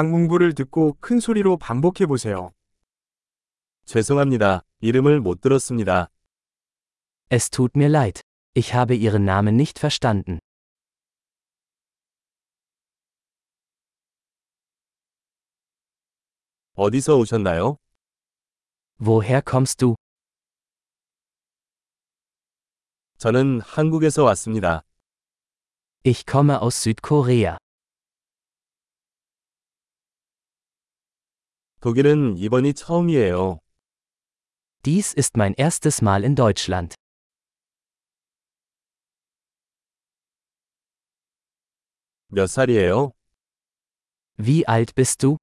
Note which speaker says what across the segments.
Speaker 1: 강문부를 듣고 큰 소리로 반복해 보세요.
Speaker 2: 죄송합니다. 이름을 못 들었습니다.
Speaker 3: Es tut mir leid. Ich habe Ihren Namen nicht verstanden.
Speaker 2: 어디서 오셨나요?
Speaker 3: Woher kommst du?
Speaker 2: 저는 한국에서 왔습니다.
Speaker 3: Ich komme aus Südkorea.
Speaker 2: 독일은 이번이 처음이에요.
Speaker 3: Dies ist mein erstes Mal in Deutschland.
Speaker 2: 몇 살이에요?
Speaker 3: Wie alt bist du?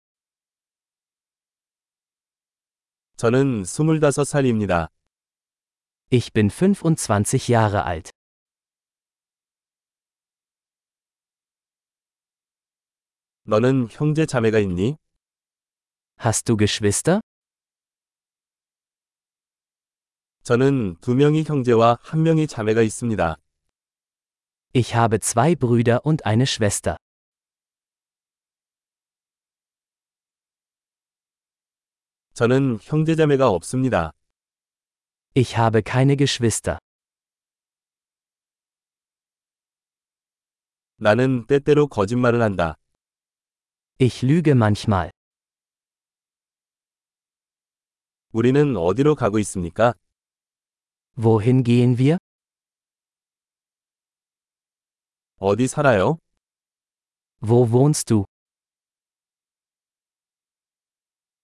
Speaker 2: 저는 25살입니다.
Speaker 3: Ich bin 25 Jahre alt.
Speaker 2: 너는 형제 자매가 있니?
Speaker 3: Hast du Geschwister?
Speaker 2: 저는 두 명이 형제와 한 명이 자매가 있습니다.
Speaker 3: Ich habe zwei Brüder und eine Schwester.
Speaker 2: 저는 형제 자매가 없습니다.
Speaker 3: Ich habe keine Geschwister.
Speaker 2: 나는 때때로 거짓말을 한다.
Speaker 3: Ich lüge manchmal.
Speaker 2: 우리는 어디로 가고 있습니까?
Speaker 3: Wohin gehen wir?
Speaker 2: 어디 살아요?
Speaker 3: Wo wohnst du?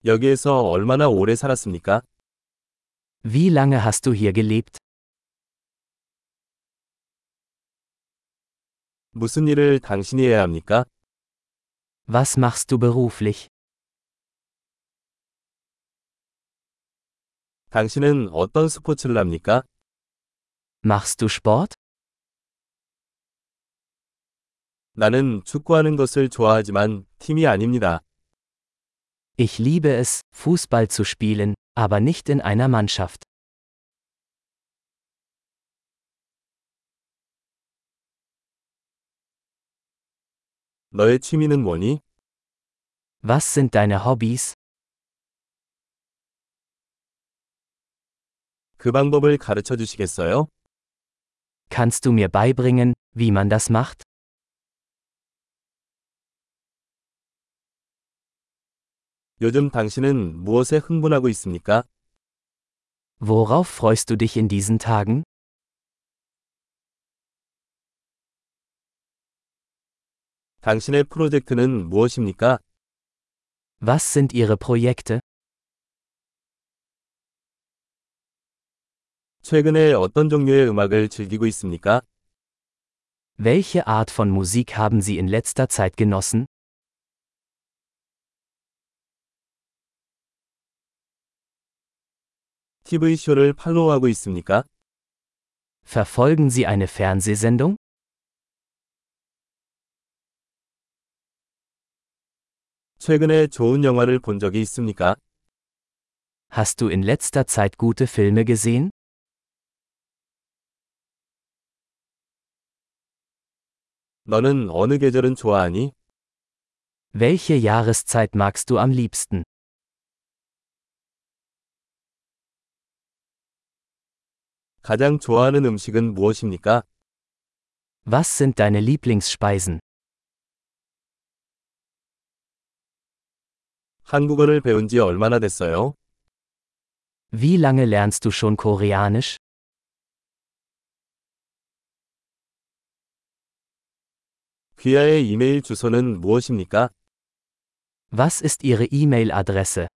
Speaker 2: 여기에서 얼마나 오래 살았습니까?
Speaker 3: Wie lange hast du hier gelebt?
Speaker 2: 무슨 일을 당신이 해야 합니까?
Speaker 3: Was machst du beruflich?
Speaker 2: 당신은 어떤 스포츠를 합니까?
Speaker 3: Machst du Sport?
Speaker 2: 나는 축구하는 것을 좋아하지만 팀이 아닙니다.
Speaker 3: Ich liebe es, Fußball zu spielen, aber nicht in einer Mannschaft.
Speaker 2: 너의 취미는 뭐니?
Speaker 3: Was sind deine Hobbys?
Speaker 2: 그 방법을 가르쳐 주시겠어요?
Speaker 3: Kannst du mir beibringen, wie man das macht?
Speaker 2: 요즘 당신은 무엇에 흥분하고 있습니까?
Speaker 3: Worauf freust du dich in diesen Tagen?
Speaker 2: 당신의 프로젝트는 무엇입니까?
Speaker 3: Was sind ihre Projekte?
Speaker 2: 최근에 어떤 종류의 음악을 즐기고 있습니까?
Speaker 3: Welche Art von Musik haben sie in letzter Zeit genossen?
Speaker 2: TV 쇼를 팔로우하고 있습니까?
Speaker 3: Verfolgen sie eine Fernsehsendung?
Speaker 2: 최근에 좋은 영화를 본 적이 있습니까?
Speaker 3: Hast du in letzter Zeit gute Filme gesehen?
Speaker 2: 너는 어느 계절은 좋아하니?
Speaker 3: Welche Jahreszeit magst du am liebsten?
Speaker 2: 가장 좋아하는 음식은 무엇입니까?
Speaker 3: Was sind deine Lieblingsspeisen?
Speaker 2: 한국어를 배운 지 얼마나 됐어요?
Speaker 3: Wie lange lernst du schon Koreanisch?
Speaker 2: 귀하의 이메일 주소는 무엇입니까?
Speaker 3: Was ist Ihre E-Mail-Adresse?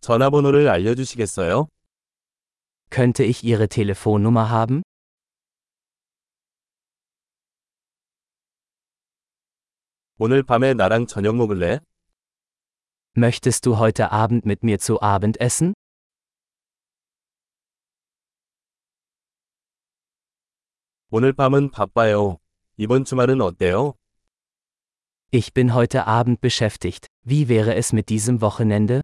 Speaker 2: 전화번호를 알려주시겠어요?
Speaker 3: Könnte ich Ihre Telefonnummer haben?
Speaker 2: 오늘 밤에 나랑 저녁 먹을래?
Speaker 3: Möchtest du heute Abend mit mir zu Abend essen?
Speaker 2: 오늘 밤은 바빠요. 이번 주말은 어때요?
Speaker 3: Ich bin heute Abend beschäftigt. Wie wäre es mit diesem Wochenende?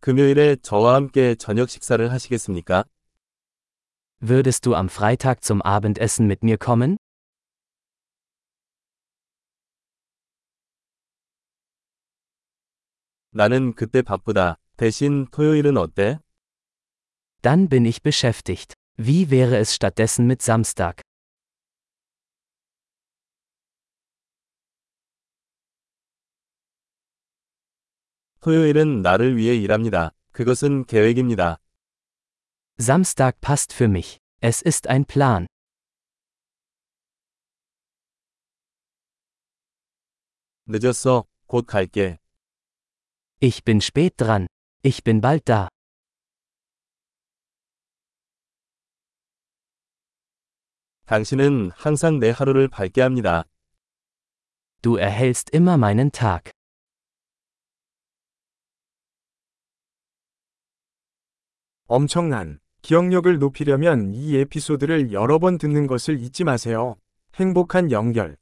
Speaker 2: 금요일에 저와 함께 저녁 식사를 하시겠습니까?
Speaker 3: Würdest du am Freitag zum Abendessen mit mir kommen?
Speaker 2: 나는 그때 바쁘다. 대신 토요일은 어때?
Speaker 3: Dann bin ich beschäftigt. Wie wäre es stattdessen mit Samstag?
Speaker 2: 토요일은 나를 위해 일합니다. 그것은 계획입니다.
Speaker 3: Samstag passt für mich. Es ist ein Plan.
Speaker 2: 늦었어. 곧 갈게.
Speaker 3: Ich bin spät dran. Ich bin bald da.
Speaker 2: 당신은 항상 내 하루를 밝게 합니다.
Speaker 3: Du erhellst immer meinen Tag.
Speaker 1: 엄청난 기억력을 높이려면 이 에피소드를 여러 번 듣는 것을 잊지 마세요. 행복한 연결